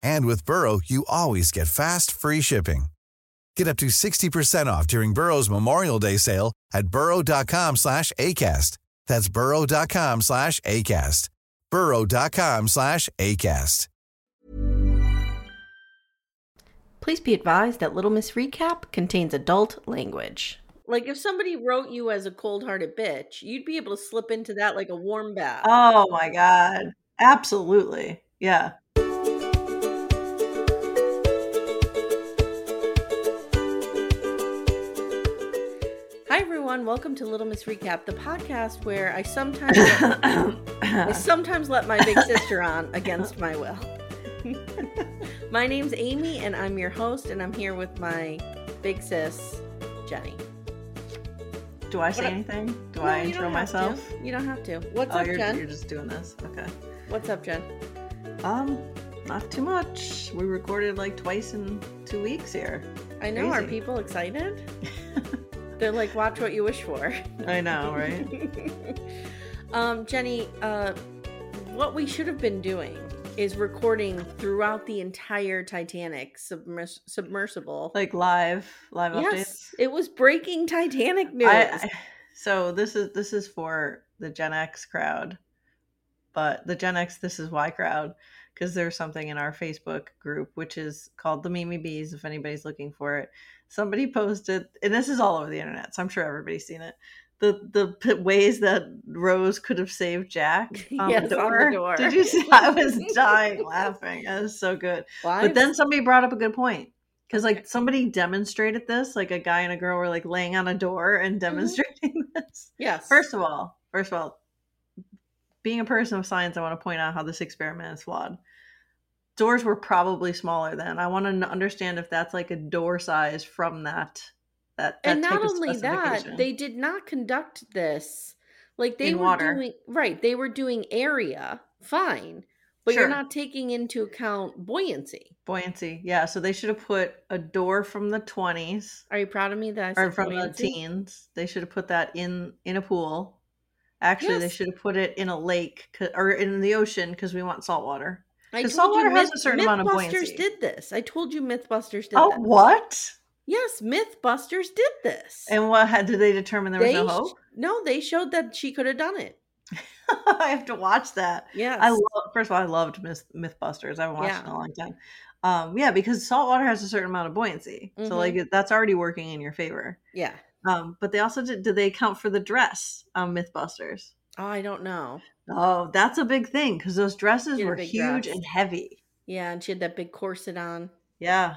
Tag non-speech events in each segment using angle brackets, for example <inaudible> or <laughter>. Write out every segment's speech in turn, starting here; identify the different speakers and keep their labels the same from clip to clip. Speaker 1: And with Burrow, you always get fast, free shipping. Get up to 60% off during Burrow's Memorial Day sale at burrow.com slash ACAST. That's burrow.com slash ACAST. burrow.com slash ACAST.
Speaker 2: Please be advised that Little Miss Recap contains adult language. Like if somebody wrote you as a cold-hearted bitch, you'd be able to slip into that like a warm bath.
Speaker 3: Oh my god. Absolutely. Yeah.
Speaker 2: Hi everyone, welcome to Little Miss Recap, the podcast where I <coughs> sometimes I sometimes let my big sister on against my will. <laughs> my name's Amy and I'm your host and I'm here with my big sis, Jenny.
Speaker 3: Do I say
Speaker 2: What-
Speaker 3: anything? Do
Speaker 2: No,
Speaker 3: I
Speaker 2: you don't
Speaker 3: intro
Speaker 2: have
Speaker 3: myself?
Speaker 2: to. You don't have to. What's
Speaker 3: oh,
Speaker 2: up,
Speaker 3: you're,
Speaker 2: Jen?
Speaker 3: you're just doing this. Okay.
Speaker 2: What's up, Jen?
Speaker 3: Um, not too much. We recorded like twice in two weeks here.
Speaker 2: I know. Are
Speaker 3: Crazy.
Speaker 2: people excited?
Speaker 3: <laughs>
Speaker 2: They're like, watch what you wish for.
Speaker 3: I know, right?
Speaker 2: <laughs> um, Jenny, uh, what we should have been doing is recording throughout the entire Titanic submers- submersible.
Speaker 3: like live, live
Speaker 2: yes, it was breaking Titanic
Speaker 3: updates.
Speaker 2: news.
Speaker 3: I, I, so this is this is for the Gen X crowd, but the Gen X this is why crowd because there's something in our Facebook group which is called the Mimi Bees. If anybody's looking for it, somebody posted, and this is all over the internet, so I'm sure everybody's seen it. The, the p- ways that Rose could have saved Jack
Speaker 2: <laughs>
Speaker 3: on,
Speaker 2: Yes, on the
Speaker 3: the, door.
Speaker 2: door.
Speaker 3: Did
Speaker 2: <laughs>
Speaker 3: you see? I was dying laughing. That was so good.
Speaker 2: Why?
Speaker 3: But then somebody brought up a good point because like somebody demonstrated this, like a guy and a girl were like laying on a door
Speaker 2: Mm-hmm.
Speaker 3: and demonstrating <laughs> this.
Speaker 2: yes.
Speaker 3: First of all, first of all, being a person of science, I want to point out how this experiment is flawed. Doors were probably smaller then. I want to understand if that's like a door size from that. That, that
Speaker 2: and
Speaker 3: type
Speaker 2: not
Speaker 3: of
Speaker 2: only that,
Speaker 3: specification.
Speaker 2: they did not conduct this like they
Speaker 3: In
Speaker 2: were
Speaker 3: water.
Speaker 2: doing right. They were doing area fine, but
Speaker 3: Sure.
Speaker 2: you're not taking into account buoyancy.
Speaker 3: buoyancy, yeah. So they should have put a door from the twenties
Speaker 2: Are you proud of me that I said
Speaker 3: or from the
Speaker 2: buoyancy?
Speaker 3: teens. They should have put that in in a pool. Actually, they
Speaker 2: Yes.
Speaker 3: should have put it in a lake 'cause- or in the ocean because we want salt water.
Speaker 2: I
Speaker 3: 'Cause
Speaker 2: told you
Speaker 3: saltwater has
Speaker 2: Myth-
Speaker 3: a certain amount of
Speaker 2: Mythbusters
Speaker 3: buoyancy.
Speaker 2: did this. I told you MythBusters did
Speaker 3: oh,
Speaker 2: that.
Speaker 3: what?
Speaker 2: Yes, MythBusters did this.
Speaker 3: And what had did they determine there was
Speaker 2: they
Speaker 3: no
Speaker 2: sh-
Speaker 3: hope? <laughs>
Speaker 2: no, they showed that she could have done it.
Speaker 3: I have to watch that.
Speaker 2: Yes.
Speaker 3: I love. First of all, I loved Myth, MythBusters. I haven't watched it in
Speaker 2: Yeah.
Speaker 3: a long time. Um, yeah, because salt water has a certain amount of buoyancy, so like
Speaker 2: Mm-hmm.
Speaker 3: it- that's already working in your favor.
Speaker 2: yeah.
Speaker 3: Um, but they also did. Did they account for the dress on MythBusters?
Speaker 2: Oh, I don't know.
Speaker 3: Oh, that's a big thing because those dresses
Speaker 2: Get a
Speaker 3: were
Speaker 2: big
Speaker 3: huge
Speaker 2: dress.
Speaker 3: and heavy.
Speaker 2: Yeah, and she had that big corset on. Hmm.
Speaker 3: Yeah.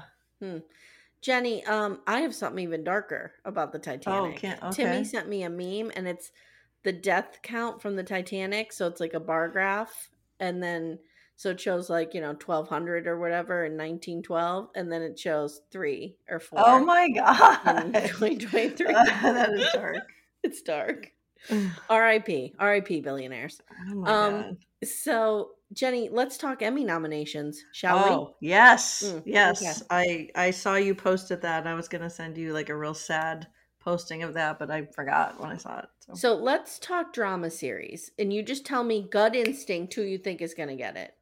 Speaker 2: Jenny, um, I have something even darker
Speaker 3: Oh,
Speaker 2: about the Titanic.
Speaker 3: can't- okay.
Speaker 2: Timmy sent me a meme, and it's the death count from the Titanic. So it's like a bar graph, and then so it shows like you know twelve hundred or whatever in nineteen twelve, and then it shows three or four.
Speaker 3: Oh my god.
Speaker 2: in
Speaker 3: <laughs>
Speaker 2: 2023.
Speaker 3: that is
Speaker 2: <laughs>
Speaker 3: dark.
Speaker 2: It's dark. Oh R.I.P. R.I.P. Billionaires.
Speaker 3: Oh my
Speaker 2: Um,
Speaker 3: god.
Speaker 2: So Jenny, let's talk Emmy nominations, shall
Speaker 3: oh yes,
Speaker 2: Mm,
Speaker 3: yes. I I saw you posted that. And I was gonna send you like a real sad posting of that, but I forgot when I saw it. So,
Speaker 2: we? So let's talk drama series, and you just tell me gut instinct who you think is going to get it.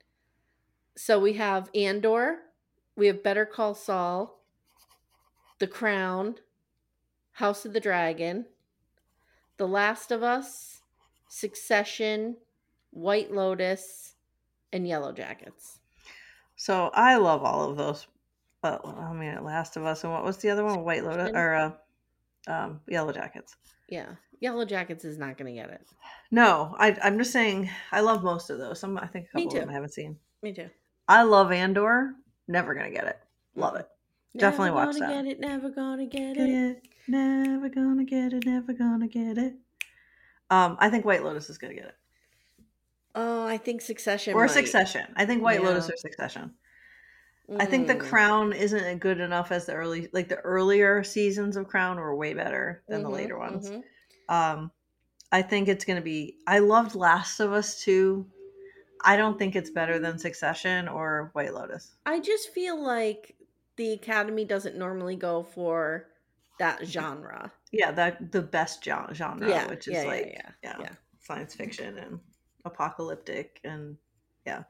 Speaker 2: So we have Andor, we have Better Call Saul, The Crown, House of the Dragon, The Last of Us, Succession, White Lotus, and Yellow Jackets.
Speaker 3: So I love all of those. But I mean, Last of Us, and what was the other one? White Lotus or uh, um, Yellow Jackets.
Speaker 2: Yeah, Yellow Jackets is not going to get it.
Speaker 3: No, I, I'm just saying I love most of those. Some I think a
Speaker 2: Me
Speaker 3: couple of
Speaker 2: too.
Speaker 3: them I haven't seen.
Speaker 2: Me too.
Speaker 3: I love Andor. Never gonna get it. Love it. Definitely
Speaker 2: never
Speaker 3: watch
Speaker 2: gonna
Speaker 3: that.
Speaker 2: Get it? Never gonna get
Speaker 3: Get
Speaker 2: it.
Speaker 3: it. Never gonna get it. Never gonna get it. Um, I think White Lotus is gonna get it,
Speaker 2: Oh, I think Succession
Speaker 3: or
Speaker 2: might.
Speaker 3: Succession. I think White Lotus
Speaker 2: Yeah.
Speaker 3: or Succession. I think The
Speaker 2: Mm.
Speaker 3: Crown isn't good enough as the early, like the earlier seasons of Crown were way better than the
Speaker 2: Mhm,
Speaker 3: later ones.
Speaker 2: mhm.
Speaker 3: Um, I think it's going to be. I loved Last of Us too. I don't think it's better than Succession or White Lotus.
Speaker 2: I just feel like the Academy doesn't normally go for
Speaker 3: Mm-hmm.
Speaker 2: that genre.
Speaker 3: Yeah, that the best gen- genre,
Speaker 2: Yeah,
Speaker 3: which is
Speaker 2: yeah, yeah,
Speaker 3: like
Speaker 2: yeah, yeah.
Speaker 3: science fiction and apocalyptic and yeah.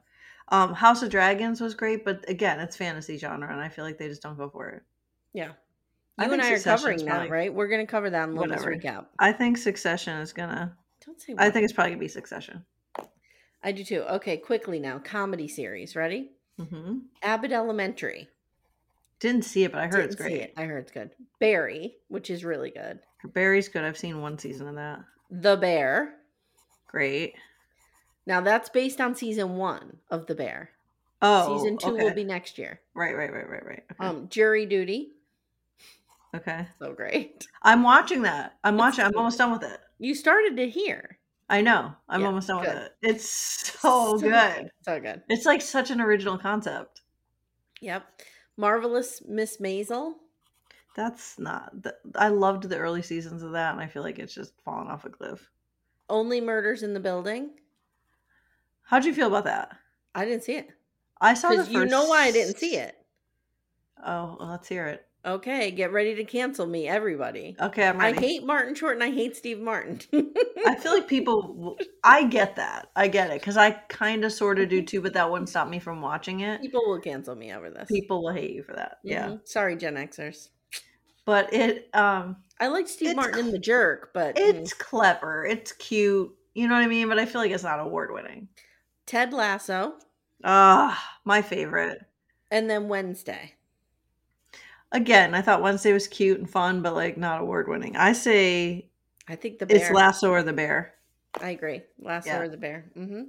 Speaker 3: Um, House of Dragons was great, but again, it's fantasy genre, and I feel like they just don't go for it.
Speaker 2: Yeah.
Speaker 3: I
Speaker 2: You and
Speaker 3: think
Speaker 2: I are
Speaker 3: Succession's
Speaker 2: covering that,
Speaker 3: probably-
Speaker 2: right? We're going to cover that in Lotus
Speaker 3: Whatever.
Speaker 2: Recap.
Speaker 3: I think Succession is gonna.
Speaker 2: Don't say
Speaker 3: I
Speaker 2: what.
Speaker 3: think it's probably gonna be Succession.
Speaker 2: I do too. Okay, quickly now. Comedy series. Ready?
Speaker 3: hmm
Speaker 2: Abbott Elementary.
Speaker 3: Didn't see it, but I heard it's
Speaker 2: Didn't see
Speaker 3: great.
Speaker 2: it. I heard it's good. Barry, which is really good.
Speaker 3: Barry's good. I've seen one season of that.
Speaker 2: The Bear.
Speaker 3: Great.
Speaker 2: Now that's based on season one of The Bear.
Speaker 3: Oh,
Speaker 2: season two
Speaker 3: okay.
Speaker 2: will be next year.
Speaker 3: right, right, right, right, right. Okay.
Speaker 2: Um, Jury Duty.
Speaker 3: okay,
Speaker 2: So great.
Speaker 3: I'm watching that. I'm
Speaker 2: It's
Speaker 3: watching. I'm
Speaker 2: good.
Speaker 3: almost done with it.
Speaker 2: You started to hear.
Speaker 3: I know. I'm
Speaker 2: Yeah,
Speaker 3: almost done with
Speaker 2: good.
Speaker 3: it. It's so Oh, good.
Speaker 2: So good.
Speaker 3: It's like such an original concept.
Speaker 2: Yep. Marvelous Miss Maisel.
Speaker 3: That's not. th- I loved the early seasons of that, and I feel like it's just fallen off a cliff.
Speaker 2: Only Murders in the Building.
Speaker 3: How'd you feel about that?
Speaker 2: I didn't see it.
Speaker 3: I saw the
Speaker 2: Because
Speaker 3: first.
Speaker 2: you know why I didn't see it.
Speaker 3: Oh, well, let's hear it.
Speaker 2: Okay, get ready to cancel me, everybody.
Speaker 3: Okay, Oh, I'm
Speaker 2: I
Speaker 3: ready. I,
Speaker 2: hate Martin Short and I hate Steve Martin. <laughs>
Speaker 3: <laughs> feel like people. w- I get that. I get it because I kind of sort of do too, but that wouldn't stop me from watching it.
Speaker 2: People will cancel me over this.
Speaker 3: People will hate you for that. Yeah,
Speaker 2: Mhm. Sorry, Gen Xers.
Speaker 3: but it. Um,
Speaker 2: I like Steve
Speaker 3: It's
Speaker 2: Martin in
Speaker 3: cl-
Speaker 2: The Jerk, but mm.
Speaker 3: it's clever. It's cute. You know what I mean? But I feel like it's not award winning.
Speaker 2: Ted Lasso
Speaker 3: Ah, my favorite.
Speaker 2: and then Wednesday.
Speaker 3: Again, I thought Wednesday was cute and fun, but like not award winning. I say
Speaker 2: I think the bear.
Speaker 3: it's Lasso or the Bear.
Speaker 2: I agree. Lasso
Speaker 3: Yeah.
Speaker 2: or the bear. hmm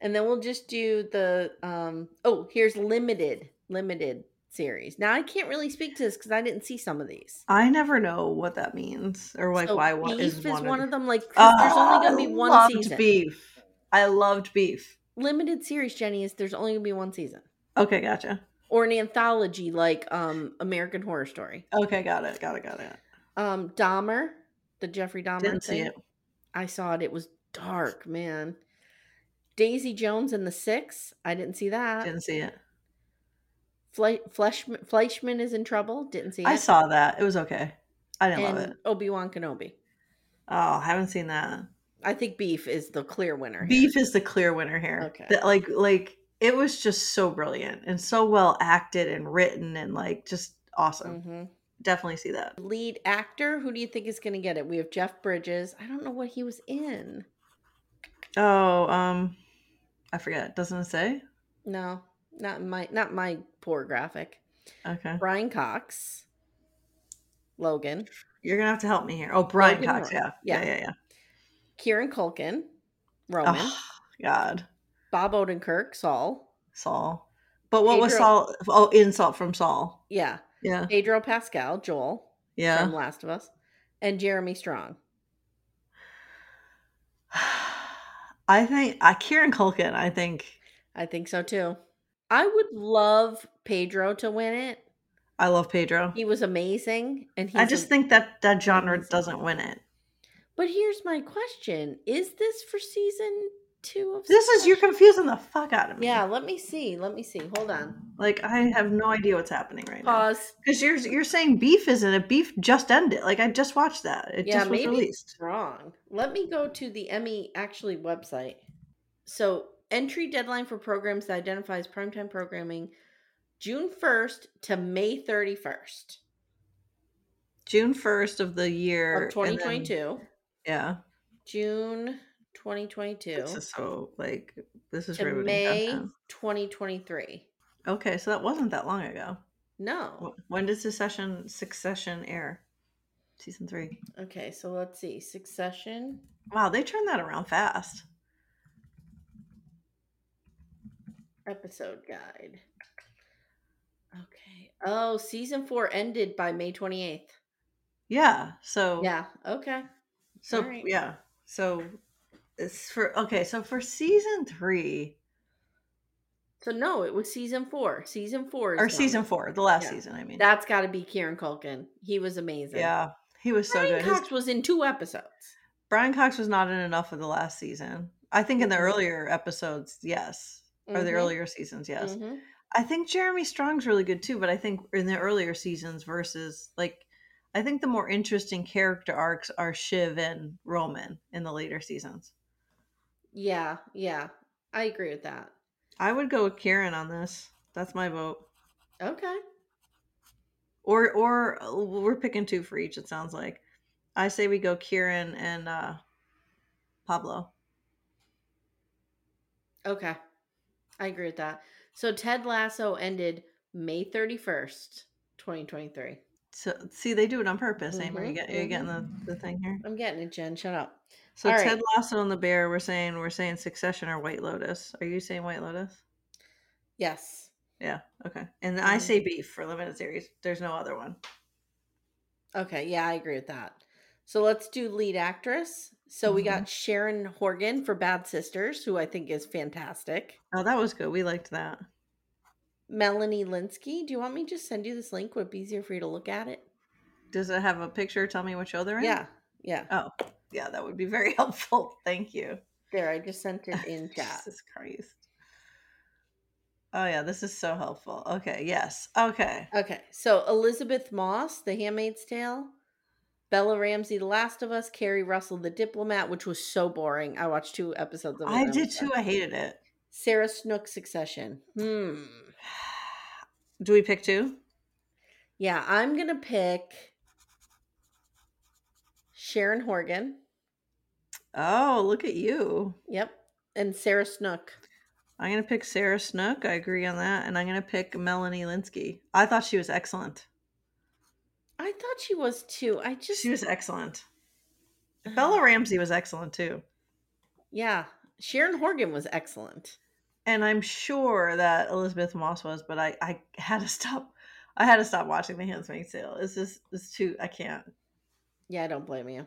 Speaker 2: And then we'll just do the um. Oh, here's limited limited series. Now I can't really speak to this because I didn't see some of these.
Speaker 3: I never know what that means or like
Speaker 2: So
Speaker 3: why one
Speaker 2: beef
Speaker 3: is,
Speaker 2: is
Speaker 3: wanted.
Speaker 2: one
Speaker 3: <laughs>
Speaker 2: of them. Like 'cause
Speaker 3: Oh,
Speaker 2: there's only gonna be
Speaker 3: I
Speaker 2: one
Speaker 3: loved
Speaker 2: season.
Speaker 3: Beef. I loved beef.
Speaker 2: Limited series, Jenny, is there's only gonna be one season
Speaker 3: Okay, gotcha.
Speaker 2: or an anthology like um American Horror Story.
Speaker 3: Okay, got it. Got it. Got it.
Speaker 2: Um, Dahmer, the Jeffrey Dahmer
Speaker 3: Didn't see
Speaker 2: thing.
Speaker 3: it.
Speaker 2: I saw it. It was dark, man. Daisy Jones and the Six. I didn't see that.
Speaker 3: Didn't see it.
Speaker 2: Fle- Fleshman, Fleischman is in trouble. Didn't see it.
Speaker 3: I saw that. It was okay. I didn't love
Speaker 2: and
Speaker 3: it.
Speaker 2: Obi Wan Kenobi.
Speaker 3: Oh, haven't seen that.
Speaker 2: I think Beef is the clear winner. here.
Speaker 3: Beef is the clear winner here.
Speaker 2: Okay.
Speaker 3: That, like like it was just so brilliant and so well acted and written and like just awesome.
Speaker 2: Mhm.
Speaker 3: Definitely see that.
Speaker 2: Lead actor. Who do you think is going to get it? We have Jeff Bridges. I don't know what he was in.
Speaker 3: Oh, um I forget. Doesn't it say?
Speaker 2: No, not in my not my poor graphic.
Speaker 3: Okay.
Speaker 2: Brian Cox. Logan.
Speaker 3: You're gonna have to help me here. Oh, Brian
Speaker 2: Logan
Speaker 3: Cox,
Speaker 2: Roy.
Speaker 3: yeah. yeah,
Speaker 2: Yeah.
Speaker 3: yeah, yeah.
Speaker 2: Kieran Culkin. Roman.
Speaker 3: Oh, God,
Speaker 2: Bob Odenkirk. Saul.
Speaker 3: Saul. But what was
Speaker 2: Pedro-
Speaker 3: Saul? Oh, insult from Saul.
Speaker 2: Yeah.
Speaker 3: Yeah,
Speaker 2: Pedro Pascal. Joel.
Speaker 3: yeah.
Speaker 2: From Last of Us. And Jeremy Strong.
Speaker 3: I think I Kieran Culkin. I think
Speaker 2: I think so too. I would love Pedro to win it.
Speaker 3: I love Pedro.
Speaker 2: He was amazing, and he's
Speaker 3: I just
Speaker 2: a-
Speaker 3: think that that genre
Speaker 2: amazing.
Speaker 3: doesn't win it.
Speaker 2: But here's my question: Is this for season two of?
Speaker 3: This is you're
Speaker 2: Succession?
Speaker 3: confusing the fuck out of me.
Speaker 2: Yeah, let me see. Let me see. Hold on.
Speaker 3: like I have no idea what's happening right now.
Speaker 2: Pause.
Speaker 3: Because you're you're saying beef isn't it? Beef just ended. Like I just watched that. It
Speaker 2: yeah,
Speaker 3: just was
Speaker 2: maybe
Speaker 3: released.
Speaker 2: it's wrong. Let me go to the Emmy actually website. So Entry deadline for programs that identifies primetime programming June 1st to May 31st
Speaker 3: June 1st of the year
Speaker 2: of
Speaker 3: Er, and then-
Speaker 2: 2022.
Speaker 3: yeah.
Speaker 2: June 2022
Speaker 3: This is so like this is
Speaker 2: to
Speaker 3: riveting
Speaker 2: May
Speaker 3: content.
Speaker 2: 2023.
Speaker 3: Okay, so that wasn't that long ago.
Speaker 2: No.
Speaker 3: Wh- When does Succession Succession air? Season 3.
Speaker 2: Okay, so let's see. Succession.
Speaker 3: Wow, they turned that around fast.
Speaker 2: episode guide. Okay. Oh, season four ended by May 28th.
Speaker 3: Yeah. So
Speaker 2: Yeah. Okay.
Speaker 3: So
Speaker 2: All right.
Speaker 3: yeah. So it's for okay, so for season 3
Speaker 2: So, no, it was season four. Season four. Is
Speaker 3: or
Speaker 2: now.
Speaker 3: season 4, the last
Speaker 2: Yeah.
Speaker 3: season I mean.
Speaker 2: That's got to be Kieran Culkin. He was amazing.
Speaker 3: yeah. He was so
Speaker 2: Brian
Speaker 3: good. His-
Speaker 2: Cox was in two episodes.
Speaker 3: Brian Cox was not in enough of the last season. I think in the earlier episodes, yes. Or the
Speaker 2: Mhm.
Speaker 3: earlier seasons, yes.
Speaker 2: Mhm.
Speaker 3: I think Jeremy Strong's really good too, but I think in the earlier seasons versus like I think the more interesting character arcs are Shiv and Roman in the later seasons.
Speaker 2: Yeah. Yeah. I agree with that.
Speaker 3: I would go with Kieran on this. That's my vote.
Speaker 2: Okay.
Speaker 3: Or or uh, we're picking two for each, it sounds like. I say we go Kieran and uh Pablo.
Speaker 2: Okay. I agree with that. So, Ted Lasso ended May 31st, 2023.
Speaker 3: So see they do it on purpose, Amy. Are you
Speaker 2: Mhm,
Speaker 3: get you getting the, the thing here?
Speaker 2: I'm getting it, Jen. Shut up.
Speaker 3: So
Speaker 2: All right.
Speaker 3: Ted Lasso and the Bear we're saying we're saying Succession or White Lotus. Are you saying White Lotus?
Speaker 2: Yes.
Speaker 3: Yeah. Okay. And I
Speaker 2: Mhm.
Speaker 3: say beef for limited series. There's no other one.
Speaker 2: Okay, yeah, I agree with that. So let's do lead actress. So we
Speaker 3: Mhm.
Speaker 2: got Sharon Horgan for Bad Sisters, who I think is fantastic.
Speaker 3: Oh, that was good. We liked that.
Speaker 2: Melanie Linsky. Do you want me to just send you this link? Would it be easier for you to look at it?
Speaker 3: Does it have a picture? Tell me what show they're in.
Speaker 2: Yeah, yeah.
Speaker 3: Oh, yeah. That would be very <laughs> helpful. Thank you.
Speaker 2: There, I just sent it <laughs> in chat.
Speaker 3: Jesus Christ. Oh yeah, this is so helpful. Okay. Yes. Okay.
Speaker 2: Okay, so Elizabeth Moss, The Handmaid's Tale. Bella Ramsey, The Last of Us. Carrie Russell, The Diplomat, which was so boring. I watched two episodes of it.
Speaker 3: I
Speaker 2: and was
Speaker 3: did too.
Speaker 2: done.
Speaker 3: I hated it.
Speaker 2: Sarah Snook, Succession. Hmm.
Speaker 3: Do we pick two?
Speaker 2: Yeah, I'm gonna pick Sharon Horgan.
Speaker 3: Oh, look at you.
Speaker 2: Yep, and Sarah Snook.
Speaker 3: I'm gonna pick Sarah Snook. I agree on that, and I'm gonna pick Melanie Linsky. I thought she was excellent.
Speaker 2: I thought she was too. I just
Speaker 3: She was excellent. Bella Ramsey was excellent too.
Speaker 2: yeah. Sharon Horgan was excellent.
Speaker 3: and I'm sure that Elizabeth Moss was, but I, I had to stop. I had to stop watching The Handmaid's Tale. It's just it's too. I can't.
Speaker 2: Yeah, I don't blame you.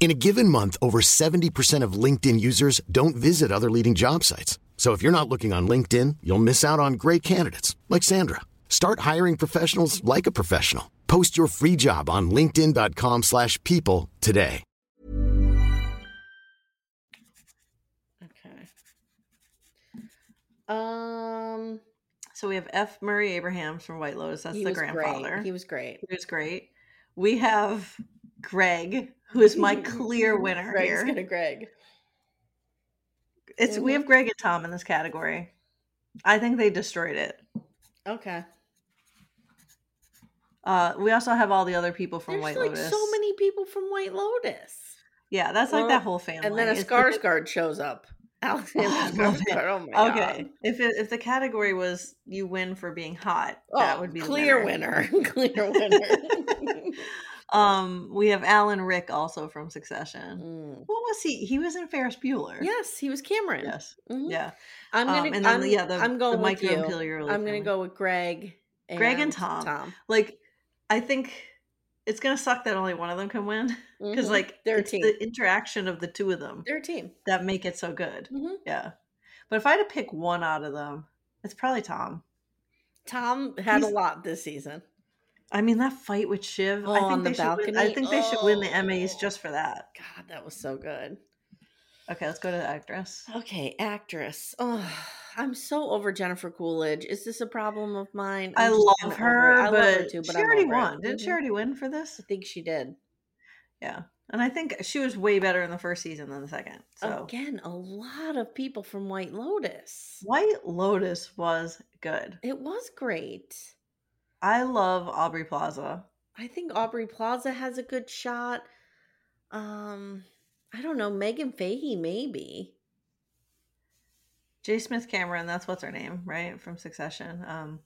Speaker 4: In a given month, over 70% of LinkedIn users don't visit other leading job sites. So if you're not looking on LinkedIn, you'll miss out on great candidates like Sandra. Start hiring professionals like a professional. Post your free job on linkedin.com/people slash people today.
Speaker 2: Okay. Um,
Speaker 3: So we have F. Murray Abrahams from White Lotus. That's
Speaker 2: he
Speaker 3: the
Speaker 2: was great.
Speaker 3: grandfather.
Speaker 2: He was great.
Speaker 3: He was great. We have Greg, who
Speaker 2: <laughs>
Speaker 3: is my clear winner
Speaker 2: Greg's
Speaker 3: here.
Speaker 2: gonna mm-hmm. Greg.
Speaker 3: It's we have Greg and Tom in this category. I think they destroyed it.
Speaker 2: Okay.
Speaker 3: Uh, we also have all the other people from
Speaker 2: There's
Speaker 3: White
Speaker 2: like
Speaker 3: Lotus.
Speaker 2: so many people from White Lotus.
Speaker 3: Yeah, that's like
Speaker 2: Well,
Speaker 3: that whole family.
Speaker 2: And then a
Speaker 3: It's- it's-
Speaker 2: Skarsgård shows up. <laughs> Alexander
Speaker 3: Oh, <laughs> I love it.
Speaker 2: Skarsgård. Oh my
Speaker 3: okay.
Speaker 2: god.
Speaker 3: If it, if the category was you win for being hot, that
Speaker 2: Oh, <laughs>
Speaker 3: would be the
Speaker 2: clear winner. <laughs> clear winner.
Speaker 3: Um, we have Alan Rick also from Succession.
Speaker 2: Mm.
Speaker 3: <laughs> What was he? He was in Ferris Bueller.
Speaker 2: Yes, he was Cameron.
Speaker 3: Yes.
Speaker 2: Mhm.
Speaker 3: Yeah.
Speaker 2: I'm
Speaker 3: Um,
Speaker 2: gonna.
Speaker 3: and then,
Speaker 2: I'm,
Speaker 3: yeah, the-
Speaker 2: I'm going
Speaker 3: the
Speaker 2: with
Speaker 3: Micah
Speaker 2: you.
Speaker 3: and Pillar Relief
Speaker 2: I'm gonna
Speaker 3: Family.
Speaker 2: go with Greg. And
Speaker 3: Greg and Tom. Like, I think it's gonna suck that only one of them can win because,
Speaker 2: Mhm.
Speaker 3: like,
Speaker 2: They're a
Speaker 3: it's
Speaker 2: team.
Speaker 3: the interaction of the two of them
Speaker 2: They're a team.
Speaker 3: that make it so good.
Speaker 2: Mhm.
Speaker 3: Yeah. But if I had to pick one out of them, it's probably Tom.
Speaker 2: Tom had a
Speaker 3: He's-
Speaker 2: lot this season.
Speaker 3: I mean, that fight with Shiv.
Speaker 2: Oh,
Speaker 3: I think
Speaker 2: on
Speaker 3: they
Speaker 2: the
Speaker 3: should win-
Speaker 2: balcony?
Speaker 3: I think they should win the
Speaker 2: Oh.
Speaker 3: Emmys just for that.
Speaker 2: God, that was so good.
Speaker 3: Okay, let's go to the
Speaker 2: <sighs>
Speaker 3: actress.
Speaker 2: Okay, actress. Oh, I'm so over Jennifer Coolidge. Is this a problem of mine?
Speaker 3: I
Speaker 2: I'm just
Speaker 3: love
Speaker 2: kinda over
Speaker 3: her,
Speaker 2: it. I
Speaker 3: but
Speaker 2: love her too, but
Speaker 3: she
Speaker 2: I'm
Speaker 3: already
Speaker 2: over it.
Speaker 3: won. Didn't she
Speaker 2: Mhm.
Speaker 3: already win for this?
Speaker 2: I think she did.
Speaker 3: Yeah. And I think she was way better in the first season than the second. So
Speaker 2: Again, a lot of people from White Lotus.
Speaker 3: White Lotus was good.
Speaker 2: It was great.
Speaker 3: I love Aubrey Plaza.
Speaker 2: I think Aubrey Plaza has a good shot. Um, I don't know Megan Fahey maybe.
Speaker 3: J. Smith Cameron, that's what's her name, right? From Succession. Um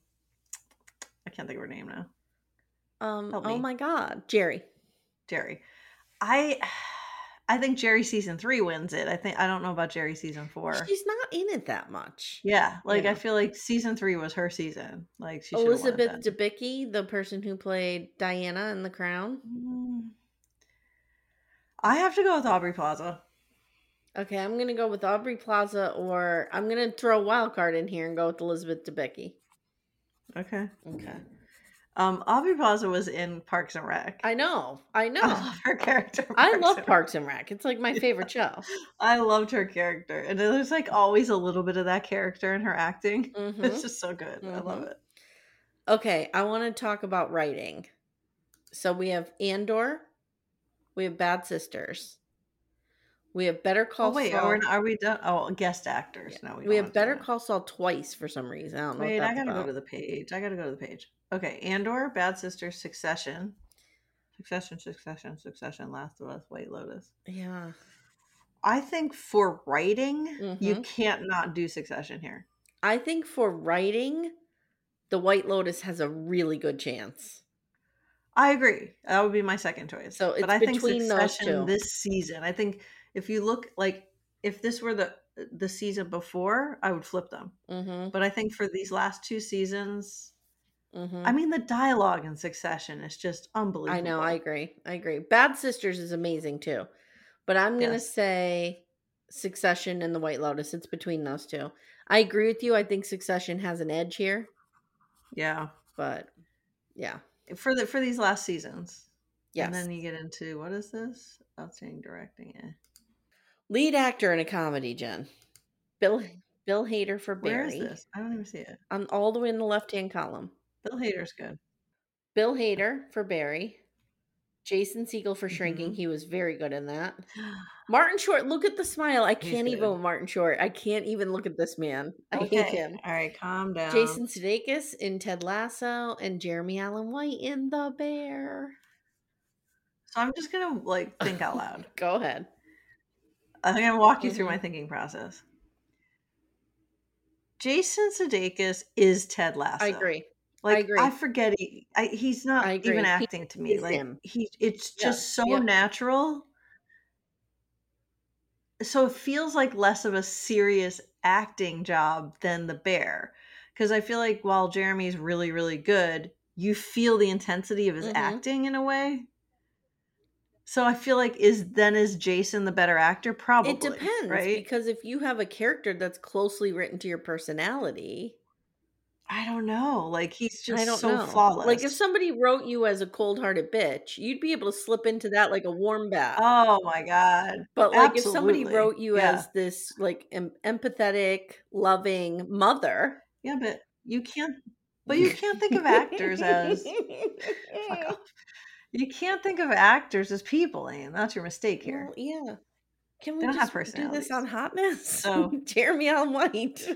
Speaker 3: I can't think of her name now.
Speaker 2: Um,
Speaker 3: Help
Speaker 2: oh
Speaker 3: me.
Speaker 2: my God, Jerry.
Speaker 3: Jerry. I <sighs> I think Jerry season three wins it. I think I don't know about Jerry season four.
Speaker 2: She's not in it that much.
Speaker 3: yeah, like
Speaker 2: Yeah.
Speaker 3: I feel like season three was her season. Like she should've won it
Speaker 2: Elizabeth
Speaker 3: then.
Speaker 2: Debicki, the person who played Diana in The Crown.
Speaker 3: Mm. I have to go with Aubrey Plaza.
Speaker 2: Okay, I'm gonna go with Aubrey Plaza, or I'm gonna throw a wild card in here and go with Elizabeth Debicki.
Speaker 3: Okay.
Speaker 2: Okay,
Speaker 3: Um, Aubrey Plaza was in Parks and Rec. <laughs>
Speaker 2: I know, I know,
Speaker 3: I love her character. in
Speaker 2: I love
Speaker 3: Oh, and
Speaker 2: Parks and Rec. It's like my
Speaker 3: <laughs>
Speaker 2: favorite show.
Speaker 3: Rec. I loved her character, and there's like always a little bit of that character in her acting. <laughs>
Speaker 2: Mhm.
Speaker 3: It's just so good. I love
Speaker 2: Mhm.
Speaker 3: it.
Speaker 2: Okay, I want to talk about writing. So we have Andor, we have Bad Sisters, we have Better Call
Speaker 3: Oh wait,
Speaker 2: Saul.
Speaker 3: are we, are we done? Oh, guest actors. No,
Speaker 2: we
Speaker 3: we, don't
Speaker 2: have
Speaker 3: wanna do
Speaker 2: Better
Speaker 3: that.
Speaker 2: Call Saul twice for some reason. I don't know.
Speaker 3: Wait,
Speaker 2: what
Speaker 3: I
Speaker 2: that's
Speaker 3: gotta
Speaker 2: about.
Speaker 3: go to the page. I gotta go to the page. Okay, Andor, Bad Sisters, Succession, Succession, Succession, Succession, Last of Us, White Lotus.
Speaker 2: Yeah.
Speaker 3: I think for writing, you
Speaker 2: Mhm.
Speaker 3: can't not do Succession here.
Speaker 2: I think for writing, The White Lotus has a really good chance.
Speaker 3: I agree. That would be my second choice.
Speaker 2: So it's
Speaker 3: but I think
Speaker 2: between those
Speaker 3: Succession
Speaker 2: two.
Speaker 3: this season. I think if you look like if this were the the season before, I would flip them.
Speaker 2: Mm-hmm.
Speaker 3: But I think for these last two seasons,
Speaker 2: Mm-hmm.
Speaker 3: I mean the dialogue in Succession is just unbelievable.
Speaker 2: I know. I agree. I agree. Bad Sisters is amazing too, but I'm gonna
Speaker 3: Yes.
Speaker 2: say Succession and The White Lotus. It's between those two. I agree with you. I think Succession has an edge here,
Speaker 3: yeah.
Speaker 2: but yeah,
Speaker 3: For the for these last seasons.
Speaker 2: yes.
Speaker 3: And then you get into what is this? Outstanding directing. Eh.
Speaker 2: Lead actor in a comedy, Jen. Bill Bill Hader for Barry.
Speaker 3: Where is this? I don't even see it.
Speaker 2: I'm all the way in the left hand column.
Speaker 3: Bill Hader's good.
Speaker 2: Bill Hader for Barry. Jason Siegel for Shrinking.
Speaker 3: Mhm.
Speaker 2: He was very good in that. Martin Short, look at the smile. I
Speaker 3: He's
Speaker 2: can't even
Speaker 3: good.
Speaker 2: with Martin Short. I can't even look at this man. I hate
Speaker 3: Okay,
Speaker 2: him.
Speaker 3: All right, calm down.
Speaker 2: Jason Sudeikis in Ted Lasso and Jeremy Allen White in The Bear.
Speaker 3: So I'm just gonna like think
Speaker 2: <laughs>
Speaker 3: out loud.
Speaker 2: Go ahead.
Speaker 3: I'm going to walk you through
Speaker 2: Mhm.
Speaker 3: my thinking process. Jason Sudeikis is Ted Lasso.
Speaker 2: I agree.
Speaker 3: Like I,
Speaker 2: agree.
Speaker 3: forget he, I, he's not
Speaker 2: I agree.
Speaker 3: even
Speaker 2: He
Speaker 3: acting to me.
Speaker 2: is
Speaker 3: Like
Speaker 2: him.
Speaker 3: he, it's
Speaker 2: Yeah,
Speaker 3: just so
Speaker 2: yeah.
Speaker 3: natural. So it feels like less of a serious acting job than the bear, because I feel like while Jeremy's really really good, you feel the intensity of his
Speaker 2: Mhm.
Speaker 3: acting in a way. So I feel like is then is Jason the better actor? Probably.
Speaker 2: it depends
Speaker 3: right?
Speaker 2: because if you have a character that's closely written to your personality,
Speaker 3: I don't know. Like he's just
Speaker 2: I don't
Speaker 3: so
Speaker 2: know.
Speaker 3: flawless.
Speaker 2: Like if somebody wrote you as a cold-hearted bitch, you'd be able to slip into that like a warm bath.
Speaker 3: Oh my god.
Speaker 2: But like if somebody
Speaker 3: absolutely.
Speaker 2: wrote you
Speaker 3: Yeah.
Speaker 2: as this like em- empathetic, loving mother,
Speaker 3: Yeah, but you can't but you can't think of actors as
Speaker 2: <laughs>
Speaker 3: fuck off. You can't think of actors as people, and that's your mistake here.
Speaker 2: Well, yeah. Can we
Speaker 3: They don't have
Speaker 2: just do this
Speaker 3: personalities.
Speaker 2: on Hot Mess? <laughs>
Speaker 3: So-
Speaker 2: Jeremy Allen <laughs> White.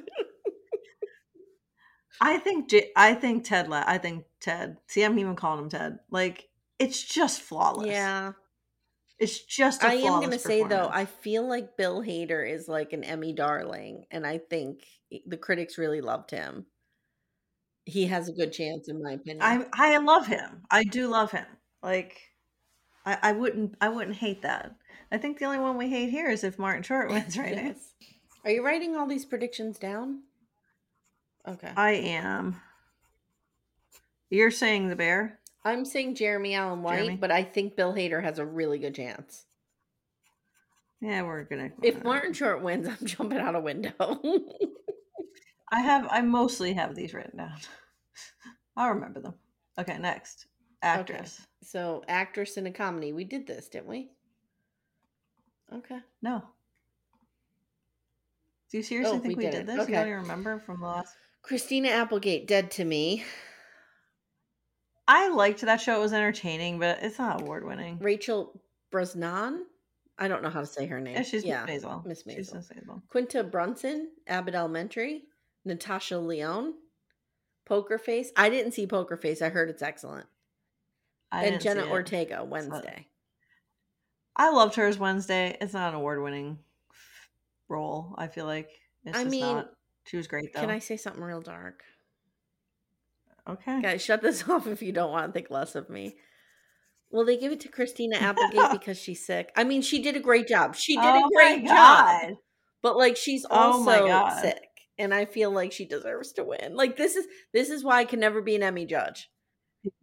Speaker 3: I think J- I think Ted La- I think Ted. See, I'm even calling him Ted. Like it's just flawless.
Speaker 2: yeah,
Speaker 3: It's just a
Speaker 2: I am gonna
Speaker 3: flawless
Speaker 2: say though, I
Speaker 3: performance.
Speaker 2: feel like Bill Hader is like an Emmy darling, and I think i- the critics really loved him. <laughs> He has a good chance, in my opinion.
Speaker 3: I I love him. I do love him. Like I, I wouldn't I wouldn't hate that. I think the only one we hate here is if Martin Short <laughs> wins right now.
Speaker 2: Yes. Are you writing all these predictions down? Okay.
Speaker 3: I am. You're saying the bear?
Speaker 2: I'm saying Jeremy Allen White,
Speaker 3: Jeremy?
Speaker 2: but I think Bill Hader has a really good chance.
Speaker 3: Yeah, we're gonna.
Speaker 2: If Martin Short wins, <laughs> I'm jumping out a window. <laughs>
Speaker 3: I have, I mostly have these written down. <laughs> I'll remember them. Okay, next actress.
Speaker 2: so, actress in a comedy. We did this, didn't we? Okay.
Speaker 3: No. Do you seriously
Speaker 2: Oh,
Speaker 3: think we, did, this?
Speaker 2: it.
Speaker 3: You don't
Speaker 2: Okay.
Speaker 3: even remember from the last?
Speaker 2: Christina Applegate, Dead to Me.
Speaker 3: I liked that show. It was entertaining, but it's not award winning.
Speaker 2: Rachel Brosnan. I don't know how to say her name.
Speaker 3: Yeah, she's
Speaker 2: yeah.
Speaker 3: Miss Maisel.
Speaker 2: Miss
Speaker 3: She's
Speaker 2: Maisel.
Speaker 3: Miss Maisel.
Speaker 2: Quinta Brunson, Abbott Elementary, Natasha Leone, Poker Face. I didn't see Poker Face. I heard it's excellent.
Speaker 3: I
Speaker 2: and
Speaker 3: didn't see
Speaker 2: Jenna
Speaker 3: it.
Speaker 2: Ortega, Wednesday.
Speaker 3: I loved hers Wednesday. It's not an award winning role. I feel like it's
Speaker 2: I
Speaker 3: just
Speaker 2: mean,
Speaker 3: not. She was great though.
Speaker 2: Can I say something real dark?
Speaker 3: Okay.
Speaker 2: Guys, shut this <laughs> off if you don't want to think less of me. Well, they give it to
Speaker 3: <laughs>
Speaker 2: Christina Applegate because she's sick. I mean, she did a great job. She did
Speaker 3: Oh
Speaker 2: a great job.
Speaker 3: my <laughs> God.
Speaker 2: but like she's
Speaker 3: Oh my
Speaker 2: also
Speaker 3: God.
Speaker 2: sick and i feel like she deserves to win like this is this is why i can never be an emmy judge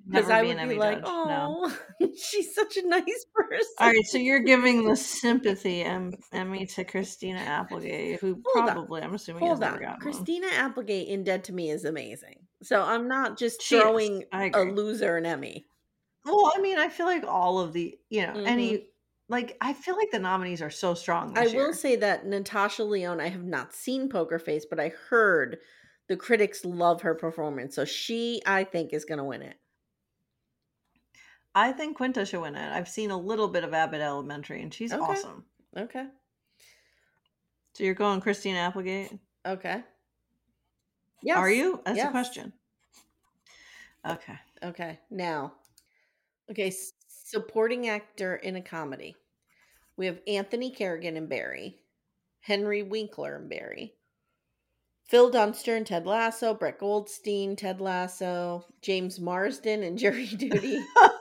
Speaker 2: because
Speaker 3: Never
Speaker 2: i
Speaker 3: be
Speaker 2: would
Speaker 3: an
Speaker 2: be
Speaker 3: Emmy
Speaker 2: like
Speaker 3: judge, no.
Speaker 2: oh <laughs> she's such a
Speaker 3: <laughs>
Speaker 2: nice person
Speaker 3: All right, so you're giving
Speaker 2: <laughs>
Speaker 3: the sympathy em- Emmy to Christina Applegate, who
Speaker 2: Hold on.
Speaker 3: probably I'm assuming has
Speaker 2: hold
Speaker 3: never
Speaker 2: on
Speaker 3: gotten one.
Speaker 2: christina applegate in dead to me is amazing so i'm not just
Speaker 3: She is.
Speaker 2: throwing
Speaker 3: I
Speaker 2: a
Speaker 3: agree.
Speaker 2: loser an emmy
Speaker 3: Well, I mean, I feel like all of the you know any like I feel like the nominees are so strong.
Speaker 2: Mm-hmm. i
Speaker 3: This year.
Speaker 2: will say that natasha leone i have not seen poker face but i heard the critics love her performance so she i think is going to win it
Speaker 3: I think Quinta should win it. I've seen a little bit of Abbott Elementary, and she's
Speaker 2: Okay.
Speaker 3: awesome.
Speaker 2: okay
Speaker 3: So you're going Christina Applegate?
Speaker 2: okay yeah
Speaker 3: Are you? That's
Speaker 2: Yes.
Speaker 3: a question. Okay.
Speaker 2: Okay, now, okay, s- supporting actor in a comedy. We have Anthony Kerrigan and Barry, Henry Winkler and Barry, Phil Dunster and Ted Lasso, Brett Goldstein, Ted Lasso, James Marsden and <laughs> Jerry Duty. oh,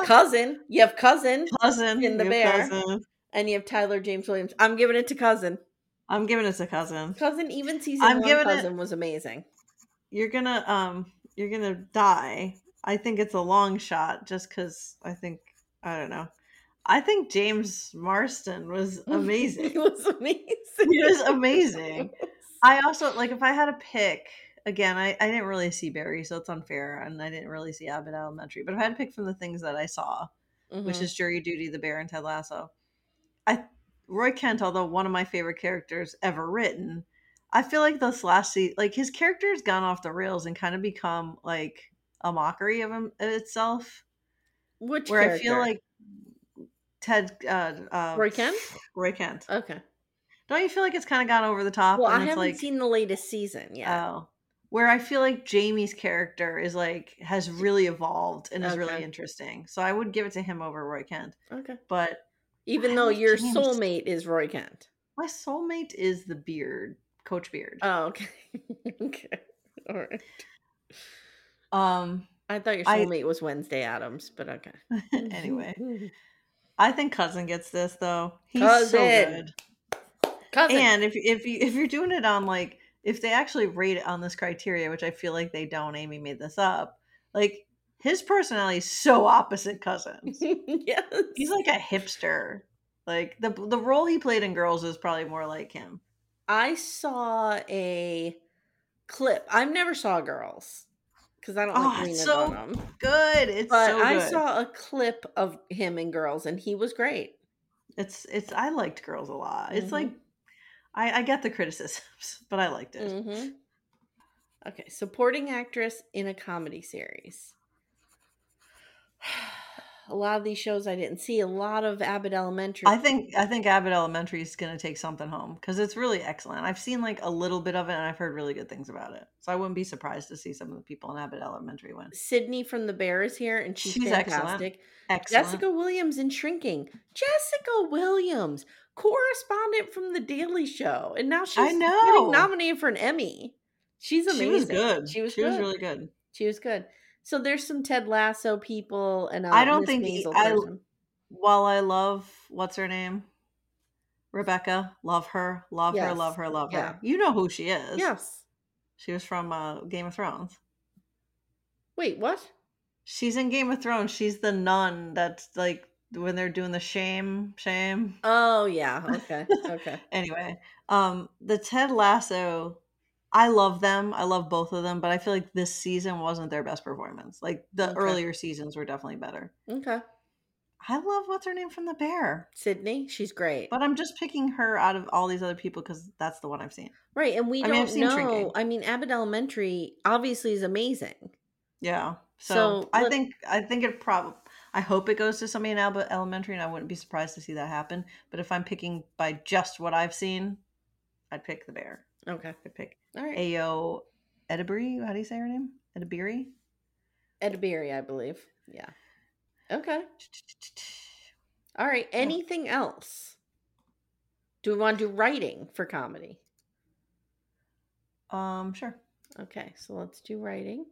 Speaker 3: Ah.
Speaker 2: cousin! You have cousin,
Speaker 3: cousin
Speaker 2: in the
Speaker 3: your
Speaker 2: bear.
Speaker 3: cousin.
Speaker 2: and you have Tyler James Williams. I'm giving it to cousin.
Speaker 3: I'm giving it to cousin.
Speaker 2: Cousin, even season
Speaker 3: I'm
Speaker 2: one,
Speaker 3: giving it-
Speaker 2: cousin was amazing. <laughs>
Speaker 3: you're gonna um you're gonna die i think it's a long shot just because i think i don't know i think james marston was
Speaker 2: it <laughs>
Speaker 3: amazing
Speaker 2: was amazing.
Speaker 3: he was amazing
Speaker 2: <laughs>
Speaker 3: i also like if i had a pick again I, I didn't really see barry so it's unfair and i didn't really see abbott elementary but if i had to pick from the things that i saw which
Speaker 2: Mhm.
Speaker 3: is jury duty the bear and ted lasso i roy kent although one of my favorite characters ever written i feel like this last season like his character has gone off the rails and kind of become like a mockery of him of itself
Speaker 2: which
Speaker 3: where i feel
Speaker 2: character?
Speaker 3: like ted uh, uh
Speaker 2: Roy Kent?
Speaker 3: roy kent
Speaker 2: Okay.
Speaker 3: don't you feel like it's kind of gone over the top
Speaker 2: Well, I
Speaker 3: and it's
Speaker 2: haven't
Speaker 3: like
Speaker 2: seen the latest season yet.
Speaker 3: oh where i feel like jamie's character is like has really evolved and is
Speaker 2: Okay.
Speaker 3: really interesting so i would give it to him over roy kent
Speaker 2: okay.
Speaker 3: but
Speaker 2: Even
Speaker 3: I
Speaker 2: though
Speaker 3: love
Speaker 2: your
Speaker 3: James.
Speaker 2: soulmate is Roy Kent.
Speaker 3: My soulmate is the beard, Coach Beard.
Speaker 2: Oh, okay. <laughs> okay. All right.
Speaker 3: um. <laughs>
Speaker 2: I thought your
Speaker 3: I-
Speaker 2: soulmate was Wednesday Adams, but okay.
Speaker 3: <laughs>
Speaker 2: mm-hmm.
Speaker 3: anyway, I think cousin gets this though. He's so
Speaker 2: Cousin.
Speaker 3: good.
Speaker 2: Cousin.
Speaker 3: And if if you if you're doing it on like if they actually rate it on this criteria, which I feel like they don't, Amy made this up. Like his personality is so
Speaker 2: <laughs>
Speaker 3: opposite cousins.
Speaker 2: <laughs> yes.
Speaker 3: He's like a hipster. Like the the role he played in Girls is probably more like him.
Speaker 2: I saw a clip. I've never saw girls because I don't like
Speaker 3: Oh,
Speaker 2: Lena
Speaker 3: it's so
Speaker 2: Dunham.
Speaker 3: Good. It's
Speaker 2: But
Speaker 3: so good.
Speaker 2: I saw a clip of him in girls, and he was great.
Speaker 3: It's it's I liked Girls a lot. It's
Speaker 2: Mhm.
Speaker 3: like I I get the criticisms, <laughs> but I liked it.
Speaker 2: hmm Okay, supporting actress in a comedy series. <sighs> a lot of these shows I didn't see. A lot of Abbott Elementary.
Speaker 3: I think I think Abbott Elementary is going to take something home because it's really excellent. I've seen like a little bit of it, and I've heard really good things about it. So I wouldn't be surprised to see some of the people in Abbott Elementary win.
Speaker 2: Sydney from The Bear is here, and she's,
Speaker 3: She's excellent.
Speaker 2: fantastic.
Speaker 3: Excellent.
Speaker 2: Jessica Williams in Shrinking. Jessica Williams, correspondent from The Daily Show, and now she's
Speaker 3: know.
Speaker 2: getting nominated for an Emmy. She's amazing.
Speaker 3: she was good.
Speaker 2: She was
Speaker 3: she
Speaker 2: good.
Speaker 3: was really good.
Speaker 2: She was good. So there's some Ted Lasso people, and uh,
Speaker 3: I don't
Speaker 2: Miss
Speaker 3: think e-
Speaker 2: Maisel
Speaker 3: I-
Speaker 2: person.
Speaker 3: While I love what's her name, Rebecca, love her, love her,
Speaker 2: Yes.
Speaker 3: love her, love
Speaker 2: Yeah.
Speaker 3: her. You know who she is.
Speaker 2: Yes.
Speaker 3: she was from uh, Game of Thrones.
Speaker 2: Wait, what?
Speaker 3: She's in Game of Thrones. She's the nun that's like when they're doing the shame, shame.
Speaker 2: Oh yeah. Okay.
Speaker 3: <laughs>
Speaker 2: Okay.
Speaker 3: anyway, um, the Ted Lasso, I love them. I love both of them, but I feel like this season wasn't their best performance. Like the
Speaker 2: Okay.
Speaker 3: earlier seasons were definitely better.
Speaker 2: okay.
Speaker 3: I love what's her name from The Bear,
Speaker 2: Sydney, she's great.
Speaker 3: but I'm just picking her out of all these other people because that's the one I've seen.
Speaker 2: right, and we
Speaker 3: I
Speaker 2: don't
Speaker 3: mean, I've seen
Speaker 2: know.
Speaker 3: Shrinking.
Speaker 2: I mean, Abbott Elementary obviously is amazing.
Speaker 3: Yeah. So,
Speaker 2: So,
Speaker 3: I
Speaker 2: let-
Speaker 3: think I think it probably I hope it goes to somebody in Alba Elementary, and I wouldn't be surprised to see that happen. But if I'm picking by just what I've seen, I'd pick the bear.
Speaker 2: Okay.
Speaker 3: I'd pick
Speaker 2: All right.
Speaker 3: Ayo Edibiri. How do you say her name? Edibiri.
Speaker 2: Edberry, I believe. Yeah. Okay. All right. Anything else? Do we want to do writing for comedy?
Speaker 3: Um, sure.
Speaker 2: Okay, so let's do writing.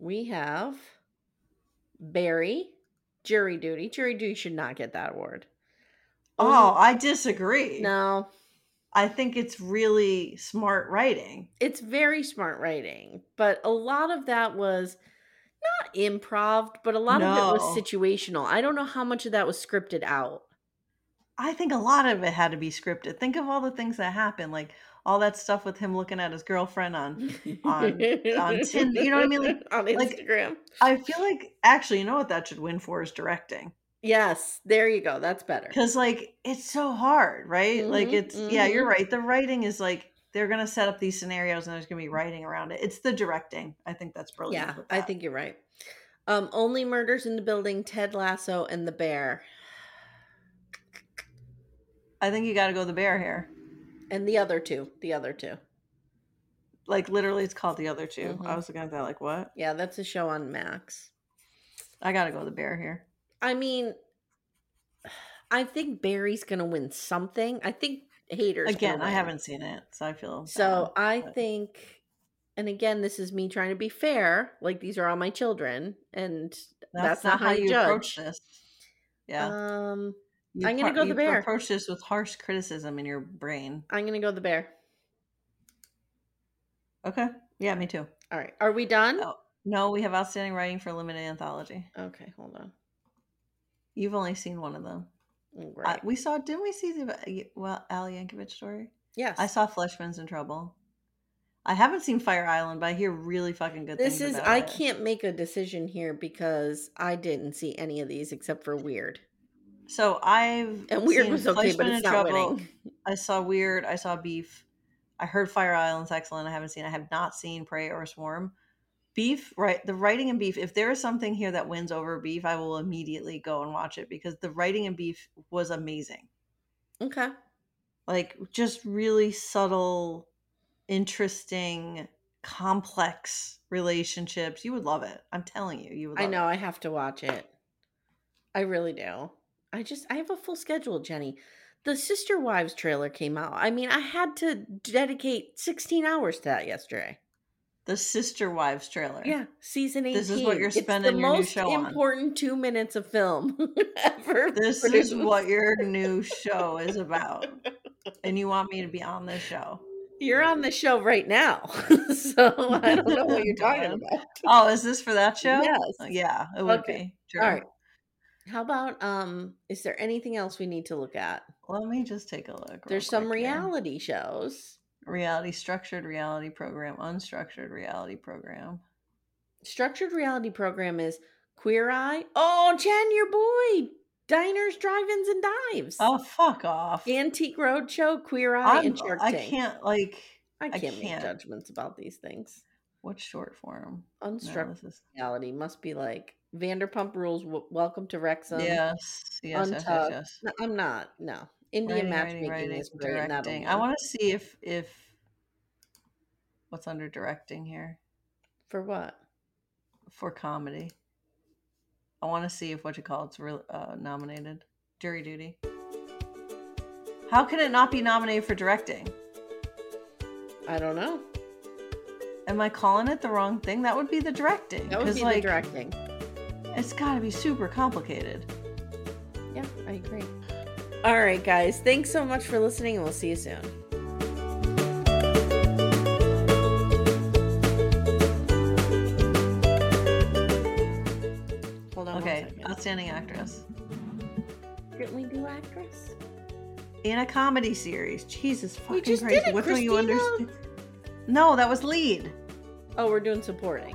Speaker 2: We have Barry, jury duty. Jury duty should not get that award.
Speaker 3: Oh, I disagree.
Speaker 2: No,
Speaker 3: I think it's really smart writing.
Speaker 2: it's very smart writing, but a lot of that was not improv, but a lot of it was
Speaker 3: No.
Speaker 2: situational. I don't know how much of that was scripted out.
Speaker 3: I think a lot of it had to be scripted. Think of all the things that happened, like all that stuff with him looking at his girlfriend on on on Tinder. You know what I mean? Like,
Speaker 2: <laughs> on
Speaker 3: like-
Speaker 2: Instagram.
Speaker 3: I feel like actually, you know what that should win for is directing,
Speaker 2: yes, there you go. That's better.
Speaker 3: because like it's so hard, right? like
Speaker 2: Mhm,
Speaker 3: it's yeah, you're
Speaker 2: mhm.
Speaker 3: right. The writing is like they're gonna set up these scenarios and there's gonna be writing around it. It's the directing. I think that's brilliant.
Speaker 2: Yeah,
Speaker 3: with
Speaker 2: I
Speaker 3: that.
Speaker 2: think you're right. Um, only murders in the building, Ted Lasso and the bear.
Speaker 3: I think you got to go the bear here.
Speaker 2: And the other two. The other two.
Speaker 3: Like literally, it's called the other 2 I
Speaker 2: Mhm.
Speaker 3: was looking at that like what?
Speaker 2: Yeah, that's a show on Max.
Speaker 3: I got to go the bear here.
Speaker 2: I mean, I think Barry's gonna win something. I think haters gonna
Speaker 3: Again, I
Speaker 2: win.
Speaker 3: haven't seen it, so I feel
Speaker 2: So
Speaker 3: bad,
Speaker 2: I
Speaker 3: but-
Speaker 2: think, and again, this is me trying to be fair. Like these are all my children, and that's, not, how you
Speaker 3: approach
Speaker 2: judge.
Speaker 3: this. Yeah,
Speaker 2: Um,
Speaker 3: You
Speaker 2: I'm gonna go
Speaker 3: pro-
Speaker 2: the
Speaker 3: you
Speaker 2: bear.
Speaker 3: Approach this with harsh criticism in your brain.
Speaker 2: I'm gonna go the bear.
Speaker 3: Okay. Yeah, me too.
Speaker 2: All right, are we done?
Speaker 3: Oh, no, we have outstanding writing for limited anthology.
Speaker 2: Okay, hold on. Mm,
Speaker 3: You've only seen one of them. I-
Speaker 2: Right.
Speaker 3: we saw. Didn't we see the uh, well Al Yankovic story?
Speaker 2: yes,
Speaker 3: I saw Fleshman's in trouble. I haven't seen Fire Island, but I hear really fucking good
Speaker 2: This
Speaker 3: things.
Speaker 2: is
Speaker 3: about
Speaker 2: I
Speaker 3: it.
Speaker 2: can't make a decision here because I didn't see any of these except for Weird.
Speaker 3: So I've
Speaker 2: And Weird
Speaker 3: seen
Speaker 2: was okay, but
Speaker 3: Fleischman
Speaker 2: it's
Speaker 3: in
Speaker 2: not
Speaker 3: Trouble.
Speaker 2: winning.
Speaker 3: I saw Weird. I saw Beef. I heard Fire Island's excellent. I haven't seen. I have not seen Prey or Swarm. Beef, right? The writing in Beef. If there is something here that wins over Beef, I will immediately go and watch it because the writing in Beef was amazing.
Speaker 2: Okay.
Speaker 3: Like just really subtle, interesting, complex relationships. You would love it. I'm telling you, you would.
Speaker 2: I
Speaker 3: Love
Speaker 2: know
Speaker 3: It.
Speaker 2: I have to watch it. I really do. I just I have a full schedule, Jenny. The Sister Wives trailer came out. I mean, I had to dedicate 16 hours to that yesterday.
Speaker 3: The Sister Wives trailer.
Speaker 2: Yeah, season 18.
Speaker 3: This is what you're
Speaker 2: It's the
Speaker 3: spending your new
Speaker 2: most
Speaker 3: show on.
Speaker 2: important 2 minutes of film <laughs> ever.
Speaker 3: This is
Speaker 2: produced.
Speaker 3: what your new show is about. And you want me to be on this show.
Speaker 2: you're on the show right now. <laughs>
Speaker 3: <laughs>
Speaker 2: so I don't know what you're talking
Speaker 3: Done.
Speaker 2: about.
Speaker 3: Oh, is this for that show?
Speaker 2: Yes.
Speaker 3: Uh, Yeah, it would
Speaker 2: Okay.
Speaker 3: be. Sure.
Speaker 2: All right. How about um is there anything else we need to look at?
Speaker 3: Let me just take a look. real
Speaker 2: There's some
Speaker 3: quick here.
Speaker 2: reality shows.
Speaker 3: Reality structured reality program, unstructured reality program.
Speaker 2: Structured reality program is Queer Eye. Oh, Jen, your boy. Diners, drive-ins and dives.
Speaker 3: Oh, fuck off.
Speaker 2: Antique Roadshow, Queer Eye
Speaker 3: I'm-
Speaker 2: and Shark
Speaker 3: I
Speaker 2: Tank.
Speaker 3: can't, like,
Speaker 2: I
Speaker 3: I
Speaker 2: can't make
Speaker 3: can't.
Speaker 2: judgments about these things.
Speaker 3: what's short form? No,
Speaker 2: Unstructured
Speaker 3: this is,
Speaker 2: reality must be like Vanderpump Rules, w- Welcome to Wrexham.
Speaker 3: yes, yes, yes, yes,
Speaker 2: Untucked.
Speaker 3: yes.
Speaker 2: No, I'm not. No. Indian
Speaker 3: Writing, writing,
Speaker 2: matchmaking
Speaker 3: writing,
Speaker 2: is great. and that'll
Speaker 3: directing. I
Speaker 2: win.
Speaker 3: want to see if if what's under directing here
Speaker 2: For what?
Speaker 3: for comedy. I want to see if what you call it's re- uh, nominated jury duty. How can it not be nominated for directing?
Speaker 2: I don't know.
Speaker 3: Am I calling it the wrong thing? That would be the directing.
Speaker 2: That would
Speaker 3: 'cause,
Speaker 2: be
Speaker 3: like,
Speaker 2: the directing.
Speaker 3: It's got to be super complicated.
Speaker 2: Yeah, I agree. All right, guys. Thanks so much for listening, and we'll see you soon. Hold on.
Speaker 3: Okay,
Speaker 2: One second.
Speaker 3: outstanding actress
Speaker 2: Didn't we do actress?
Speaker 3: in a comedy series. Jesus fucking
Speaker 2: just
Speaker 3: Christ!
Speaker 2: did it,
Speaker 3: what do you
Speaker 2: Christina.
Speaker 3: understand? No, that was lead.
Speaker 2: Oh, we're doing supporting.